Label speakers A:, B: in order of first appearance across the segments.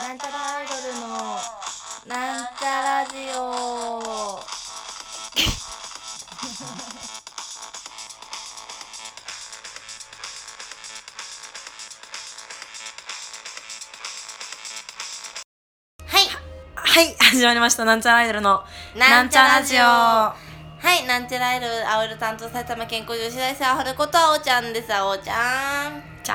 A: なんちゃらアイドルのなんちゃラジオはい
B: はい、始まりました。なんちゃらアイドルの
A: なんちゃラジオ
B: なんちゃ
A: はいなんちゃらアイドル青色担当埼玉健康女子大生あほることあおちゃんですあおちゃん
B: ラジオ。じゃ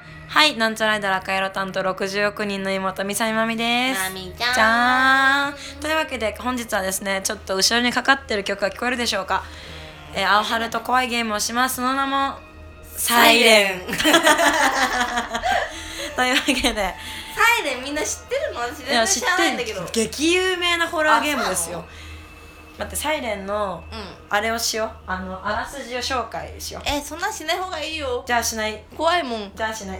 B: ーん。はい、なんちゃらアイドル赤色担当60億人の妹、みさみまみです。
A: まみちゃん
B: じゃーん。というわけで、本日はですね、ちょっと後ろにかかってる曲が聞こえるでしょうか。えー、青春と怖いゲームをします。その名も、サイレン。
A: サ
B: というわけで、
A: イレンみんな知ってるの私全然知らないんだけどうん
B: 激有名なホラーゲームですよ。待って、サイレンの、あれをしよう。あの、あらすじを紹介しよう。
A: えそんなしない方がいいよ
B: じゃあしない。
A: 怖いもんうん
B: じゃあしない。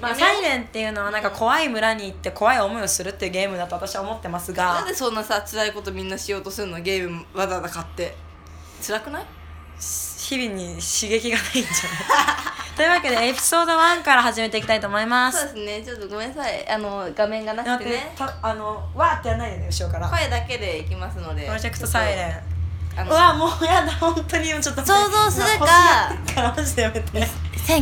B: ま
A: や
B: あ、
A: めよ
B: サ
A: う
B: イレンっていうのはなんか怖い村に行って怖い思いをするっていうゲームだと私は思ってます
A: なん
B: が
A: でそんなさ辛いことみんなしようとするのゲームわざわざ買って辛くない
B: 日々に刺激 がないんじゃないというわけでエピソード1から始めていきたいと思いま
A: そう
B: す。
A: ですねちょっとごめんなさいあの画面がなく
B: 待ってて
A: ね
B: たあのわーってやらないでね後ろから。プ
A: 声だけでいきますので
B: ロジェクトサイレン。
A: あ
B: う
A: の
B: わもうやだ本当にちょっと
A: 想像するか
B: 今腰やってっからマジでやめて。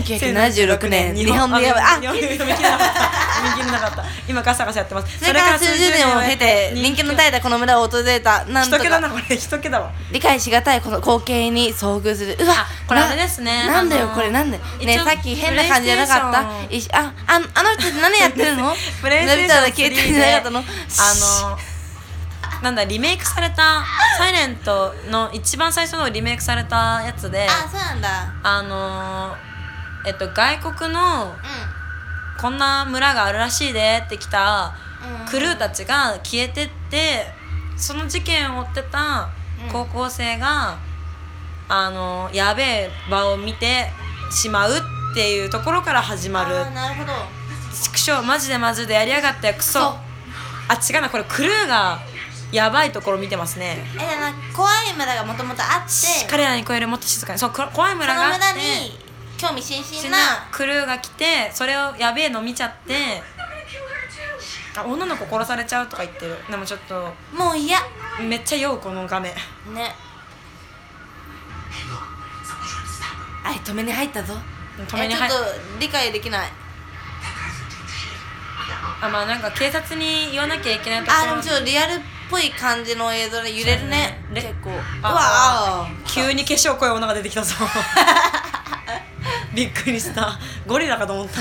A: 1976年日本の
B: あ
A: やばいあ
B: 読み読み切れなかった。読み切れなかった。今ガサガサやってます。
A: それから数十年を経て人気の絶えたこの村を訪れたなんと
B: 一桁
A: か
B: だなこれ一桁だわ。
A: 理解しがたいこの光景に遭遇するうわ
B: これ
A: な
B: あれですね
A: なんだ
B: あ
A: よ
B: のー
A: これなんだよねえ
B: 一応
A: さっき変な感じじゃなかった
B: プレ
A: いしああのあの人たち何やってるの
B: プレイステーション
A: の携帯じゃなかったの
B: あのなんだリメイクされた「サイレントの一番最初のリメイクされたやつで
A: あそうなんだ
B: あのーえっと外国のこんな村があるらしいでって来た
A: うん、うん、
B: クルーたちが消えてってその事件を追ってた
A: うん
B: 高校生が、あのーやべえ場を見てしまうっていうところから始まる
A: あーなるほど
B: 畜生マジでマジでやりやがってクソ
A: そう
B: あ違うなこれクルーがやばいところ見てますね
A: えだから怖い村がもともとあってその
B: 彼らに超えるもっと静かにそうこ怖い村があっ
A: 村
B: て
A: に興味津
B: 死
A: 々
B: ぬ
A: な
B: クルーが来てそれをやべえの見ちゃってあ女の子殺されちゃうとか言ってるでもちょっと
A: もう嫌
B: めっちゃ酔うこの画面
A: ねあい止めに入ったぞ
B: 止めに
A: え
B: 入
A: ちょっと理解できない
B: あまあなんか警察に言わなきゃいけないとこ
A: あでもち
B: ろ
A: ょっとリアルっぽい感じの映像で揺れるね
B: そうね
A: 結構うわあ
B: あ急に化粧濃い女が出てきたぞびっくりしたゴリラかと思った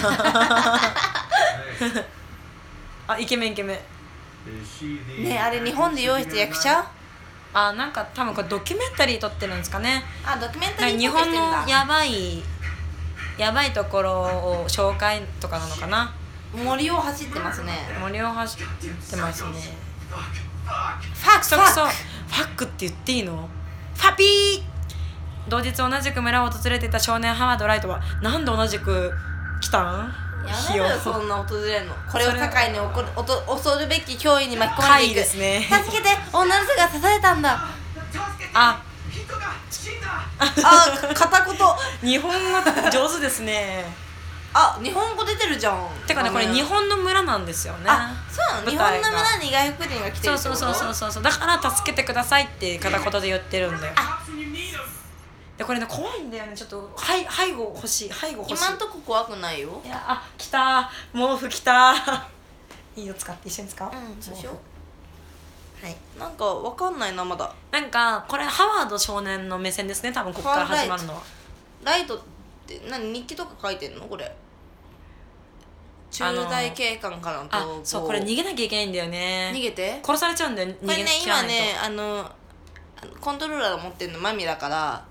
B: あイケメンイケメン
A: ねあれ日本で用意した役者
B: あなんか多分これドキュメンタリー撮ってるんですかね
A: あドキュメンタ
B: なん
A: リー
B: か
A: っぽ
B: 日
A: くして
B: 本の
A: るんだ
B: やばいやばいところを紹介とかなのかな
A: 森を走ってますね
B: 森を走ってますね
A: ファク
B: そ
A: ト
B: れ
A: フ
B: こ
A: ァ
B: そ
A: ク
B: ファックって言っていいのファピー同日同じく村を訪れていた少年ハワード・ライトはなんで同じく来たん
A: やめろよそんな訪れる のこれを境に起こるおと恐るべき脅威に巻き込まれてい
B: 回
A: く
B: ですね
A: 助けて女の人が刺されたんだあ
B: あ
A: 片言
B: 日本語上手ですね
A: あ日本語出てるじゃん
B: てかねこれ日本の村なんですよね
A: あそうなの日
B: 舞
A: 本
B: 台が
A: の村に外国人が来てる
B: そう
A: って
B: そ
A: こ
B: う
A: と
B: そうそうそうそうだから助けてくださいって片言で言ってるんだよでこれね怖いんだよねちょっとはい背後欲しい背後欲しい
A: 今んとこ怖くないよ
B: いやあ来た毛布来た いいよ使って一緒に使う
A: うんそうしよう
B: はい
A: なんかわかんないなまだ
B: なんかこれハワード少年の目線ですね多分ここから始まるのは
A: ライトって何日記とか書いてんのこれ駐
B: あの
A: 在警官からの
B: あそうこれ逃げなきゃいけないんだよね
A: 逃げて
B: 殺されちゃうんだよ
A: こ
B: 逃げ
A: れね
B: きら
A: 今
B: ないと、
A: ねあのあのコントローラー持ってるのマミだから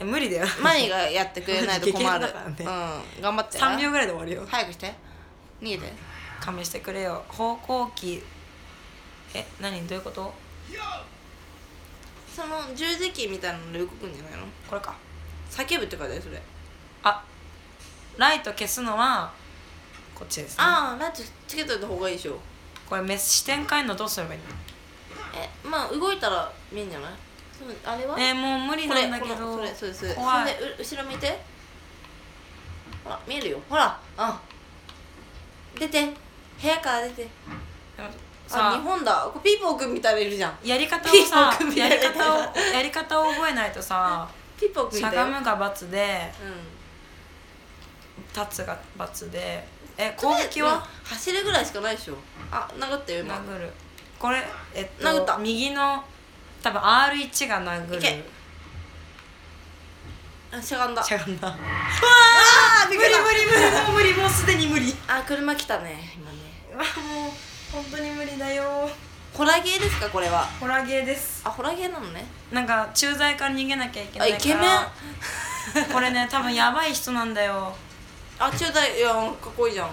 B: え無理だよ
A: マミがやってくれないと 困る、
B: 激変
A: う
B: だ
A: ん
B: から
A: 頑張って
B: 3秒ぐらいで終わるよ
A: 早くして逃げて
B: 勘弁してくれよ方向機え何どういうこと
A: その十字キーみたいなので動くんじゃないの
B: これか
A: 叫ぶって書いてあるそれ
B: あライト消すのはこっちですね
A: ああライトつけといた方がいいでしょ
B: これメス視点変えるのどうすればいいの
A: えまあ動いたら見えんじゃないそうあれは
B: えー、もう無理
A: こ
B: な
A: れ
B: んだけ
A: この
B: ど
A: それそうです
B: 怖い
A: それでう後ろ見てほら見えるよほらあ出て部屋から出て
B: でも
A: あ日
B: さ
A: 本だこれピーポーくんみたいないるじゃん
B: やり方を
A: ピー
B: さ
A: ポー君みた
B: や
A: い
B: り
A: な
B: 方をやり方を覚えないとさ
A: ピーポーくん
B: し
A: い
B: ゃ
A: た
B: が
A: よ
B: むが罰で
A: うん
B: 立つが罰でえ攻撃は
A: 走るぐらいしかないでしょあ殴ったよ今
B: 殴るこれえっと
A: 殴った
B: 右の多分 R1 が殴る
A: いけあしゃがんだ
B: しゃがんだ
A: あーびっ
B: 無
A: くり
B: 理
A: した
B: 無理無理もう無理もうすでに無理
A: あ車来たね今ね
B: うわもう本当に無理だよ
A: ホラゲーですかこれは
B: ホラゲーです
A: あホラゲーなのね
B: なんか駐在から逃げなきゃいけ
A: あ
B: ない
A: イ
B: から
A: ケメン
B: これね多分やばい人なんだよ
A: あ中大いやかっこいいじゃん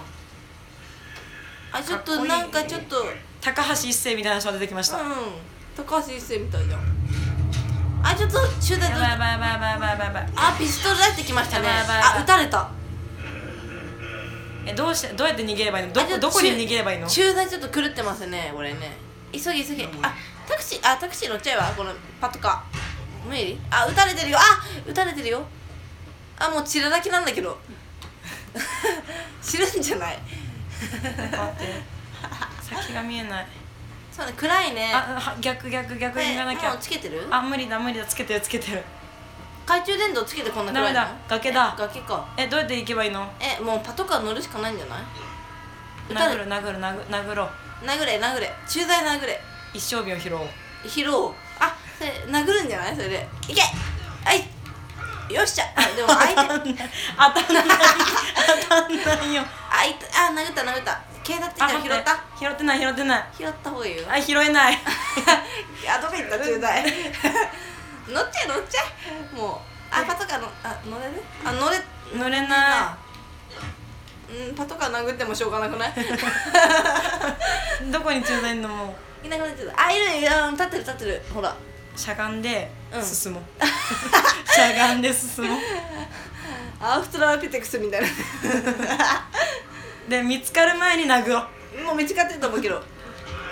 A: あちょっと
B: かっこいい
A: なんかちょっとうん
B: 高橋一生みたいな人が出てきました、
A: 高橋一生みたいじゃんあちょっと中大
B: や
A: どう
B: ばいやばいやばいやばいやばいやばいやばい
A: あピストル出してきましたね
B: やばいやばいやばい
A: あ撃たれた
B: えどうしてどうやって逃げればいいのど
A: あちょ
B: こどこに逃げればいいの
A: 中大ちょっと狂ってますねこれね急げ急げあタクシーあタクシー乗っちゃえばこのパトカー無理あ撃たれてるよあ撃たれてるよあもう血だらけなんだけ ど知るんじゃない
B: 待って先が見えない
A: そうね暗いね
B: あは逆逆逆に行かなき
A: ねもう
B: ゃ
A: つけてる
B: あ無理だ無理だつけてるつけてる
A: 懐中電灯つけてこんな
B: ダ
A: 暗
B: メ
A: いの
B: だ崖だ
A: 崖か
B: えどうやって行けばいいの
A: えもうパトカー乗るしかないんじゃない撃た
B: 殴
A: れ
B: る殴る殴る殴ろう
A: 殴れ殴れ駐在殴れ
B: 一生日を拾おう
A: 拾おうあそれ殴るんじゃないそれでいけはいよっしゃあでも相 手あい
B: 当たんない当たんないよ
A: あ殴った殴った警察来た
B: あ
A: よ
B: 待
A: 拾
B: っ
A: ってた
B: 拾ってない拾ってない
A: 拾った方がいいよ
B: あ拾えない
A: あどこ行った駐在 乗っちゃえ乗っちゃえもうあパトカーのあ乗れるあ乗れ
B: 乗れな
A: なうんパトカー殴ってもしょうがなくない
B: いどこに駐在いんのも
A: いなくなっちゃったあいるいるうん立ってる立ってるほら
B: うしゃがんで
A: うん
B: 進もう、 しゃがんで進もう
A: アウストラロピテクスみたいな
B: で見つかる前に殴ろう
A: もう見つかってると思うけど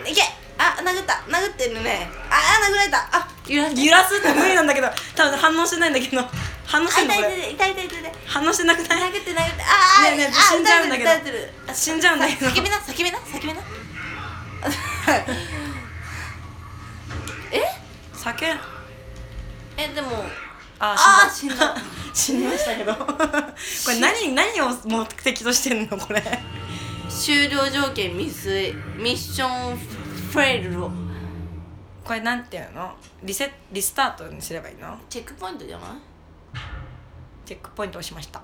A: いけあ殴った殴ってるねああ殴られたあ揺ら
B: 揺らすって無理なんだけど多分反応してないんだけど反応し
A: あ
B: てんの
A: 痛
B: こ
A: い
B: れ
A: 痛い痛い痛い痛い痛い
B: 反応してなくない
A: 殴って殴ってあーあ
B: ねえねえ
A: ー
B: 死んじゃうんだけど
A: 撃たれてる撃たれてる
B: 死んじゃうんだけど
A: 叫びな叫びな叫びなえ
B: 酒
A: えでも
B: あ
A: 死んだ
B: 死んだ死にましたけど これ何何を目的としてんのこれ
A: 終了条件未遂ミッションフェルロ
B: これなんていうのリセリスタートにすればいいの
A: チェックポイントじゃない
B: チェックポイント押しました
A: う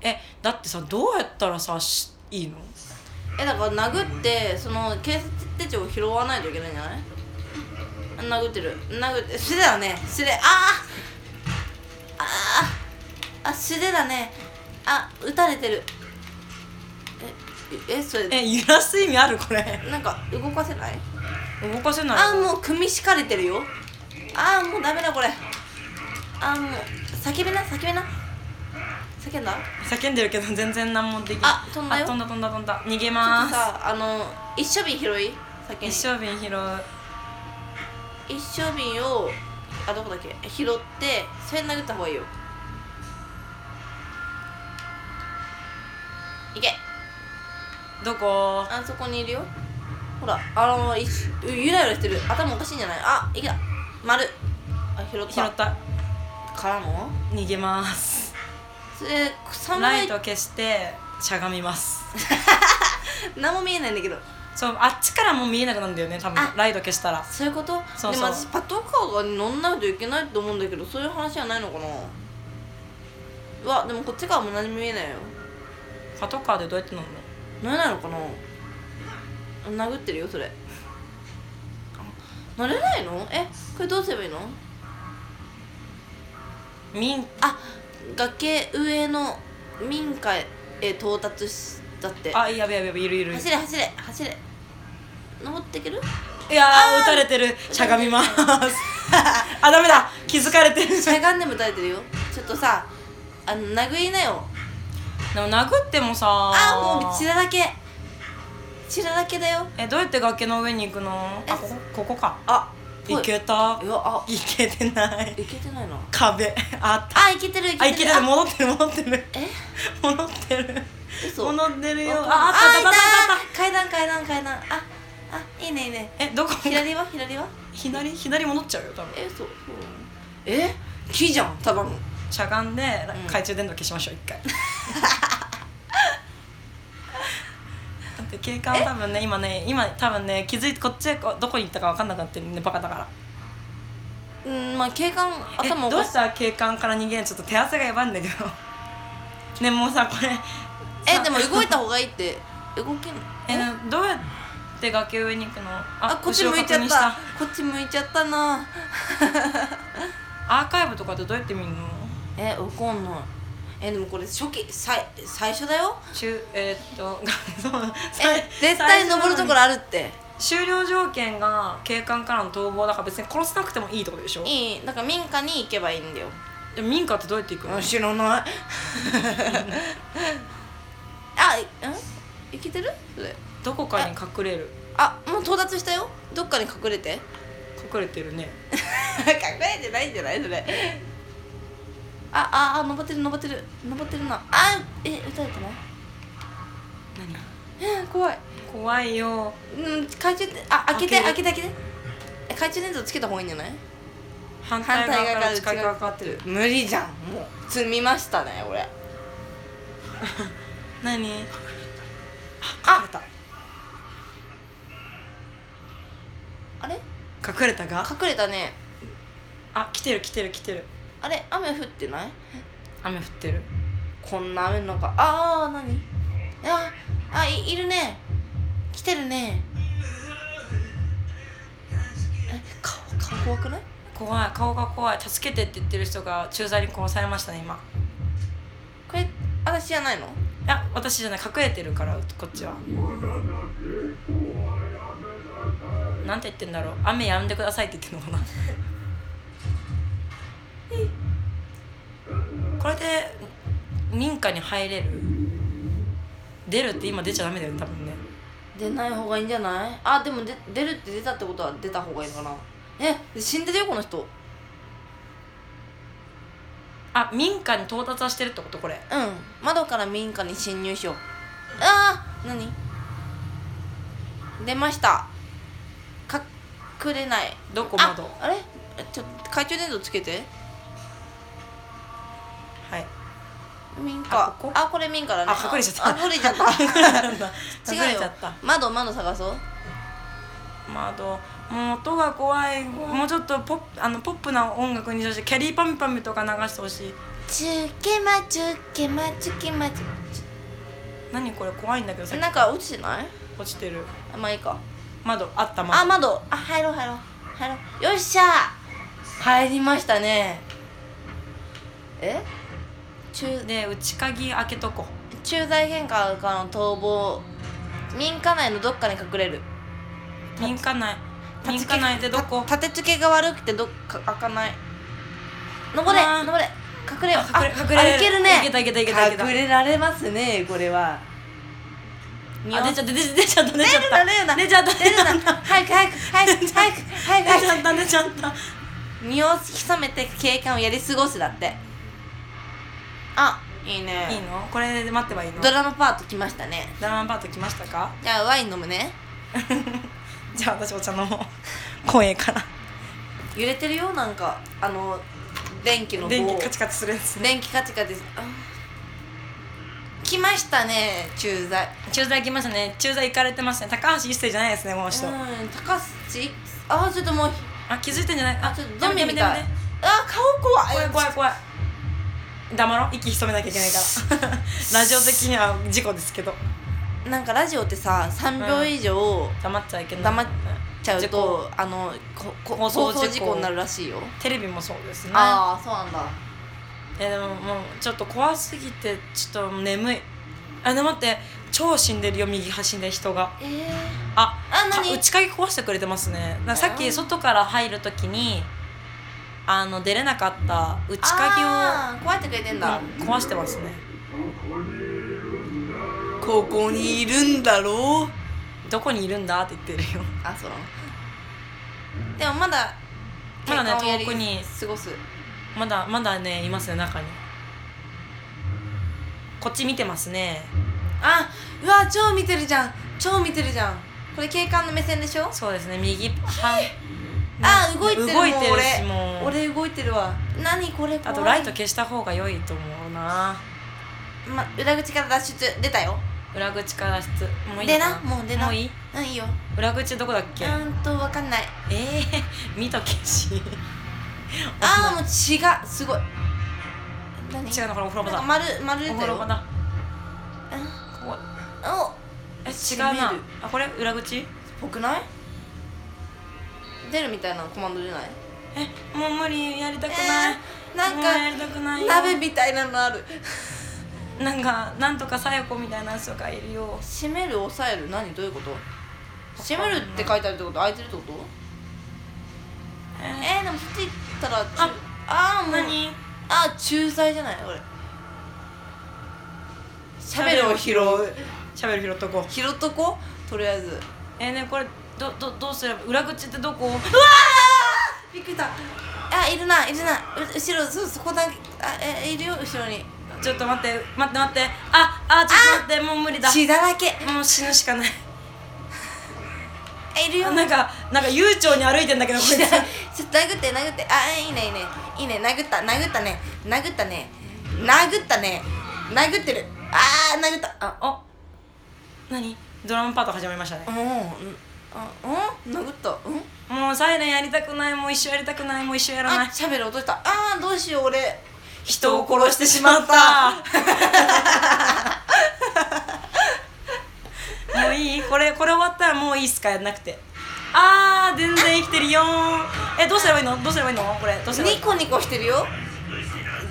B: えだってさどうやったらさしいいの
A: んえだから殴ってその警察手帳を拾わないといけないんじゃないあ殴ってる殴って素手だね素手あーあああ素手だねあ撃たれてるええそれ
B: え揺らす意味あるこれ
A: なんか動かせない
B: 動かせない
A: あーもう組み敷かれてるよあーもうダメだこれあーもう叫びな叫びな叫んだ
B: 叫んでるけど全然何もできない
A: あ飛んだよ
B: あ飛んだ飛んだ飛んだ逃げ
A: ちょっ
B: ま
A: と
B: す
A: さあの一生瓶拾い先に
B: 一生瓶拾う
A: 一生瓶をあどこだっけ拾ってそれ殴った方がいいよいけ
B: どこ
A: あそこにいるよほらあのいしゆらゆらしてる頭おかしいんじゃないあいけた丸あ拾った
B: 拾った
A: からの
B: 逃げます
A: それ
B: ライ
A: 侍
B: ト消してしゃがみます
A: 何も見えないんだけど
B: そうあっちからもう見えなくなるんだよね多
A: あ
B: 分ライト消したら
A: そういうこと
B: そうそう
A: でも私パトカーが乗んないといけないと思うんだけどそういう話はないのかなうわでもこっちからも何も見えないよ
B: パトカーでどうやって乗るの
A: 何なのかな殴ってるよそれ乗れないのえこれどうすればいいの
B: 民
A: あ崖上の民家へ到達しだって
B: あやべやべやべいるいるいる
A: 走れ走れ走れ登っていける
B: いやー撃たれてるしゃがみ ますあダメだ気づかれてる
A: しゃがんでも耐えてるよちょっとさあの殴りなよ
B: でも殴ってもさ
A: あもう血だらけ血だらけだよ
B: えどうやって崖の上に行くのあここここか
A: あ
B: いけた
A: うわあ
B: いけてない
A: いけてないな
B: 壁あった
A: あいけてるいけてる
B: あいけてる戻ってる戻ってる
A: え
B: 戻ってる
A: 嘘
B: 戻ってるよ
A: あ
B: ああ
A: あ
B: ったあったあったあっ
A: いた階段階段階段ああいいねいいね
B: たえどこ
A: 左は左は
B: 左左戻っちゃうよ多分
A: えそうそうえ木じゃんタバン
B: しゃがんで
A: うん
B: 懐中電灯消しましょう 一回だって警官多分ね今ね今多分ね気づいてこっちへこどこに行ったか分かんなくなってるねバカだから
A: うんまあ警官
B: え
A: 頭お
B: どう
A: か
B: し
A: した
B: 警官から逃げんちょっと手汗がやばいんだけどねもうさこれ
A: え
B: さ
A: でも動いた方がいいって動けん
B: えどうやって崖上に行くのあ
A: あこっち向いちゃ
B: 後ろ確認
A: っ
B: した
A: こっち向いちゃったな
B: アーカイブとかってどうやって見るの
A: えわかんないえでもこれ初期最最初だよ
B: 中えーっと そう
A: え絶対登るところあるって
B: 終了条件が警官からの逃亡だから別に殺さなくてもいいってことでしょ
A: いいだから民家に行けばいいんだよ
B: でも民家ってどうやって行くの、
A: 知らないあうんいけてるそれ
B: どこかに隠れる
A: あもう到達したよどっかに隠れて
B: 隠れてるね
A: 隠れてないんじゃないそれ あああ登ってる登ってる登ってるなあえ撃たれてない
B: 何
A: え怖い
B: 怖いよ
A: うん懐中電あ開けて
B: 開
A: 開
B: け
A: けて開けてえ懐中電灯つけた方がいいんじゃない
B: 反
A: 反
B: 対
A: 対
B: 側
A: 側から
B: から
A: 内
B: 近い
A: 側
B: 側
A: か
B: か
A: か
B: かっ
A: ってて
B: る
A: る無理じゃんもう積みましたね俺
B: 何
A: あ
B: 隠
A: あれ
B: れたが
A: 隠れたね
B: あ来てる来てる来てる
A: あれ雨降ってない
B: 雨降ってる
A: こんな雨の中ああ何ああいいるね来てるねえ顔顔怖くない
B: 怖い顔が怖い助けてって言ってる人が駐在に殺されましたね今
A: これ私じゃないの
B: いや私じゃない隠れてるからこっちはなんて言ってんだろう雨やんでくださいって言ってんのかな これで民家に入れる出るって今出ちゃダメだよね多分ね
A: 出ない方がいいんじゃないあでもで出るって出たってことは出た方がいいのかなえ死んでるよこの人うん
B: あ民家に到達はしてるってことこれ
A: 窓から民家に侵入しようああ何出ました隠れない
B: どこ
A: あ
B: 窓
A: あれえちょっと懐中電灯つけて
B: はい
A: 民家
B: あ
A: あ
B: こ
A: こ
B: こ
A: れ民家だね
B: あ隠れちゃった
A: あ隠れちゃっ
B: 隠れち ゃった
A: た
B: 隠
A: 違
B: れ
A: う
B: ちゃ
A: よ
B: った
A: 窓窓探そう
B: 窓もう音が怖いもうちょっとポップあのポップな音楽にしてほしいキャリーパミュパミュとか流してほしい
A: チュケマチュケマチュケマチ
B: 何これ怖いんだけどさ
A: ュ
B: っ
A: なんか落ちてない
B: き落ちてる
A: あまあいいか
B: 窓あった窓
A: あ窓あ入ろう入ろう入ろうよっしゃ入りましたねえ中
B: で内鍵開けとこ
A: 駐在喧嘩からの逃亡民家内のどっかに隠れる
B: 民家内
A: 立
B: 民
A: ち
B: 家内でどこ
A: 立て付けが悪くてどっか開かない登れ
B: あー
A: 登れ隠れよ
B: あ隠れ
A: あ
B: 隠れ
A: いけるね
B: いけたいけたいけたいけた
A: 隠れられますねこれは
B: あ出ちゃった出ちゃった出ちゃった出ちゃっ
A: 出るな
B: た出ちゃった
A: 出るな早く早く早く早く早く
B: 出ち
A: 早
B: ゃった出ちゃった
A: く身を潜めて警官をやり過ごすだってあいいね
B: いいのこれで待ってばいいの
A: ド
B: ドラ
A: ラマパート来ましたね
B: マパート来ましたか
A: じゃあワイン飲むね
B: じゃあ私お茶飲もう声から
A: 揺れてるよなんかあの電気の棒
B: 電気カチカチするやつね
A: 電気カチカチあ来ましたね駐在
B: 駐在来ましたね駐在行かれてましたね高橋一生じゃないですねこの人
A: うん高橋あちょっともう
B: あ気づいてんじゃない
A: あちょっとゾンビみた
B: やめて
A: い
B: やめて
A: あ顔怖い
B: 怖い怖い怖い黙ろう息潜めなきゃいけないから ラジオ的には事故ですけど
A: なんかラジオってさ3
B: う
A: 秒
B: ん
A: 以上
B: 黙っちゃいけない
A: 黙っちゃう
B: 事故
A: と、あのここ
B: 放
A: 放
B: 送事故
A: 送事故になるらしいよ、
B: テレビもそうですね
A: ああそうなんだ
B: えでももうちょっと怖すぎてちょっと眠いあでも待って超死んでるよ右端で人が
A: ええ
B: あ
A: あ
B: か
A: 何
B: 内鍵壊してくれてますねなんかさっ
A: う
B: き
A: ん
B: 外から入るときにあの出れなかった内鍵を
A: あー壊してくれてんだ、
B: うん壊してますね
A: ここにいるんだろう
B: どこにいるんだって言ってるよ
A: あそうなのでもまだ
B: まだね
A: 警官をやり
B: 遠くに
A: 過ごす
B: まだまだねいますね中にこっち見てますね
A: あうわ超見てるじゃん超見てるじゃんこれ警官の目線でしょ
B: そうですね右半
A: あ動いてる
B: 動いてるし
A: もう
B: もう
A: 俺俺動いてるわ何これ怖い
B: あとライト消した方が良いと思うな
A: ま、裏口から脱出出たよ
B: 裏口から出もういい
A: 出
B: のか
A: なもう出な
B: もういい
A: うんいいよ
B: 裏口どこだっ
A: う
B: け
A: ーんとわかんない
B: えー、 見とけし
A: ああもう血がすごい何
B: 違うのこれお風呂場
A: なん
B: だ
A: か丸丸出て
B: お風
A: る
B: 呂場だ
A: うん
B: ここ
A: お
B: え違う
A: 閉め
B: な
A: る
B: あこれ裏口
A: ぽくない出るみたいなコマンド出ない
B: えもう無理やりたくない、
A: えーなんか
B: もうやりたくないよ
A: 鍋みたいなのある
B: なんかなんとかさよ子みたいな人がいるよ
A: 閉める押さえる何どういうこと閉めるって書いてあるってこと開いてるってこと
B: え
A: えー、でもそっち行ったら
B: あ
A: ああー
B: ー、
A: もう
B: 何
A: あ仲裁じゃない俺しゃべるを拾う
B: しゃべる拾っとこう
A: 拾っとこうとりあえず
B: えー、ねこれどどどうすれば裏口ってどこ
A: びっくりしたあいるないるなう後ろそうそこだけあえいるよ後ろに
B: ちょっと待って待って待ってああちょっと待ってもう無理だ
A: 血だらけ
B: もう死ぬしかない
A: あいるよ
B: なんかなんか悠長に歩いてんだけどこいつ
A: ちょっと殴って殴ってあいいねいいねいいね殴った殴ったね殴ったね殴ったね殴ってるあー殴ったあ
B: あ何ドラムパート始まりましたね
A: うんうんあうん殴ったうん
B: もうサイレンやりたくないもう一生やりたくないもう一生やらない
A: あしゃべる落としたあーどうしよう俺
B: 人を殺してしまった もういいこれこれ終わったらもういいっすかやんなくてあー全然生きてるよーえどうすればいいのどうすればいいのこれどうすればいい
A: ニ
B: の
A: コニコしてるよ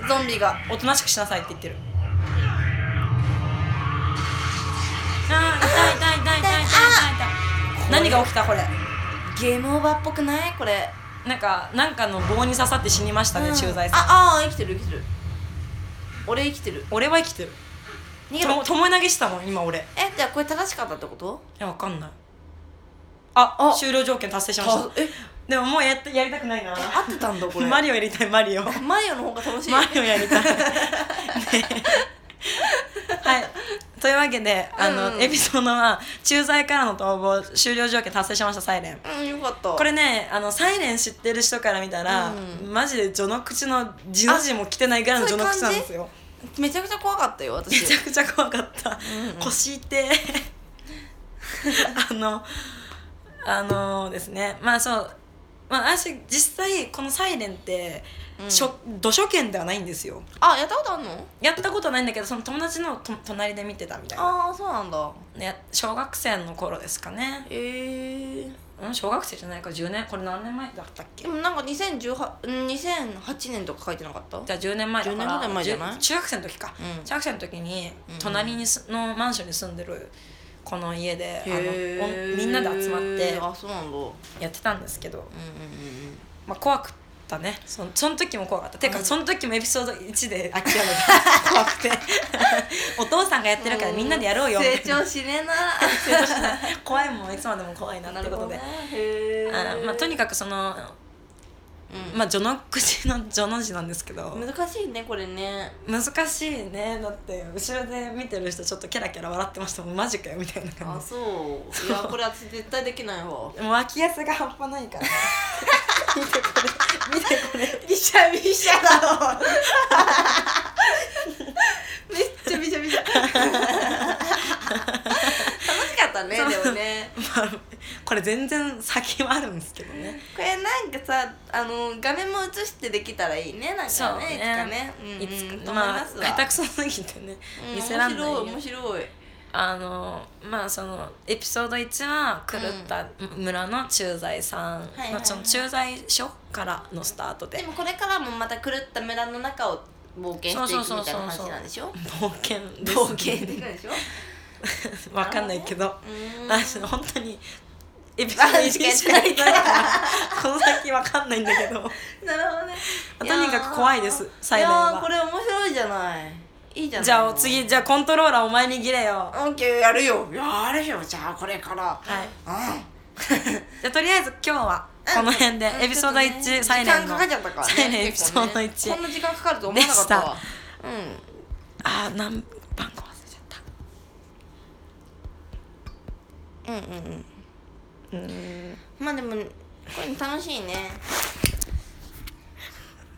A: ゾンビが
B: おとなしくしなさいって言ってるあー痛い痛い痛い痛い痛い痛い痛い何が起きたこれ
A: ゲームオーバーっぽくないこれ
B: なんかなんかの棒に刺さって死にましたね、
A: うん
B: 駐在さん
A: ああー生きてる生きてる俺生きてる
B: 俺は生きてる
A: 逃げ
B: と
A: ろ
B: も巴投げしたもん今俺い
A: えじゃあこれ正しかったってこと
B: やわかんないあ
A: あ
B: 終了条件達成しました
A: あえ
B: でももうやってやりたくないな
A: え合ってたんだこれ
B: マリオやりたいマリオマ
A: マリオの方が楽しい
B: リオやりたい、ねはいというわけであの、
A: うん
B: エピソードは駐在からの逃亡終了条件達成しましたサイレン
A: うんよかった
B: これねあのサイレン知ってる人から見たら、
A: う
B: マジで序の口の字の字も来てないぐらいの序の口なんですよ
A: めちゃくちゃ怖かったよ
B: め
A: 私
B: ちゃくちゃ怖かった、腰痛いあのあのですねまあそうまあ私実際この「サイレンって、初土初見ではないんですよ
A: あやったことあんの
B: やったことはないんだけどその友達のと隣で見てたみたいな、
A: ああそうなんだ
B: ね、小学生の頃ですかね、
A: ええ
B: うん、小学生じゃないか10年これ何年前だったっけ
A: でもなんか2018 2008年とか書いてなかった
B: じゃあ10年前だから
A: 10年ぐらい前じゃない
B: 10中学生の時か、
A: うん
B: 中学生の時に
A: うん
B: 隣にすのマンションに住んでるこの家であの
A: へ
B: お
A: ー
B: みんなで集まって
A: あそうなんだうんうん
B: やってたんですけど、
A: うんうん
B: まあ、怖かったねそんその時も怖かったてか
A: うん
B: その時もエピソード1で諦めた 怖くてお父さんがやってるからみんなでやろうよ
A: 成長しねえな
B: 怖いもんいつまでも 怖いなってことで、
A: へ
B: あまあ、とにかくその、
A: うん
B: まあ、序の口の序の字なんですけど
A: 難しいねこれね
B: 難しいねだって後ろで見てる人ちょっとキャラキャラ笑ってましたもんマジかよみたいな
A: あ
B: 感じ
A: そういやこれ私絶対できない わ
B: もう脇汗が半端ない から見てこれ見てこれ
A: びしゃびしゃだろ めっちゃびしゃびしゃ 楽しかったねでもね
B: まあこれ全然先はあるんですけどね
A: これなんかさあの画面も映してできたらいいねなん
B: そう
A: かね
B: ね
A: いつかねうんうん
B: いつか
A: と思い
B: ま
A: ま
B: あ
A: すわ、
B: 下手くそすぎてね
A: うん
B: 見せらんないよ
A: 面白い面白い
B: あのまあそのエピソード1は狂った村の駐在さん
A: はいはいは
B: の
A: い
B: その駐在所からのスタート
A: で
B: で
A: もこれからもまた狂った村の中を冒険していくみたいな話なんでしょ
B: 冒険です
A: 冒険できるでしょ
B: わかんないけどあ
A: うーん
B: の本当にエピソード1しか言ってないからこの先わかんないんだけど
A: なるほどね
B: とにかく怖いですサイ
A: い
B: レン
A: や
B: は
A: ーこれ面白いじゃないいいじゃない
B: じゃあ次じゃあコントローラーお前に切れよ
A: オッケーやるよやるよじゃあこれから
B: はい
A: うん
B: じゃあとりあえず今日はこの辺で
A: うん
B: エピソード
A: ちょっとね
B: 1サイレン
A: 時
B: の
A: 間かかっちゃったからね
B: サイレンエピソード
A: 結構ねこん
B: 1
A: な時間かかると思わなかったわ
B: で
A: うん
B: あー何番か忘れちゃった
A: うんうんうん
B: うん
A: まあでもこういうの楽しいね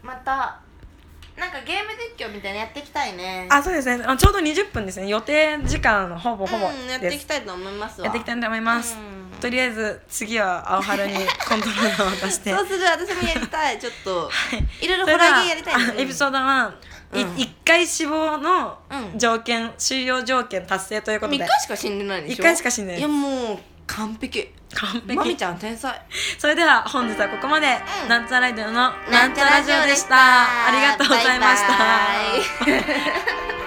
A: またなんかゲーム実況みたいなのやっていきたいね
B: あそうですねあちょうど20分ですね予定時間ほぼほぼ
A: うん、やって
B: で
A: いき
B: す、
A: たいと思いますわ
B: やっていきたいと思います、
A: うん
B: とりあえず次は青春 にコントローラーを渡して
A: そうする私もやりたいちょっ と、い、ろいろ
B: そ
A: ホラ
B: れでは
A: ーゲーやりたい
B: あエピソ
A: ー
B: ード1、い
A: うん
B: 一回死亡の
A: うん
B: 条件、終了条件達成ということ
A: 1
B: で
A: 回しか死んでないでしょ
B: 一回しか死んでない
A: いやもう完璧
B: 完璧
A: まみちゃん天才
B: それでは本日はここまで、
A: うん
B: なんちゃらライドの
A: な
B: なんん
A: ち
B: ち
A: ゃ
B: ゃ
A: ラ
B: ラ
A: ジ
B: ジ
A: オ
B: オ
A: で
B: で
A: し
B: したたありがとうございました
A: バイバイ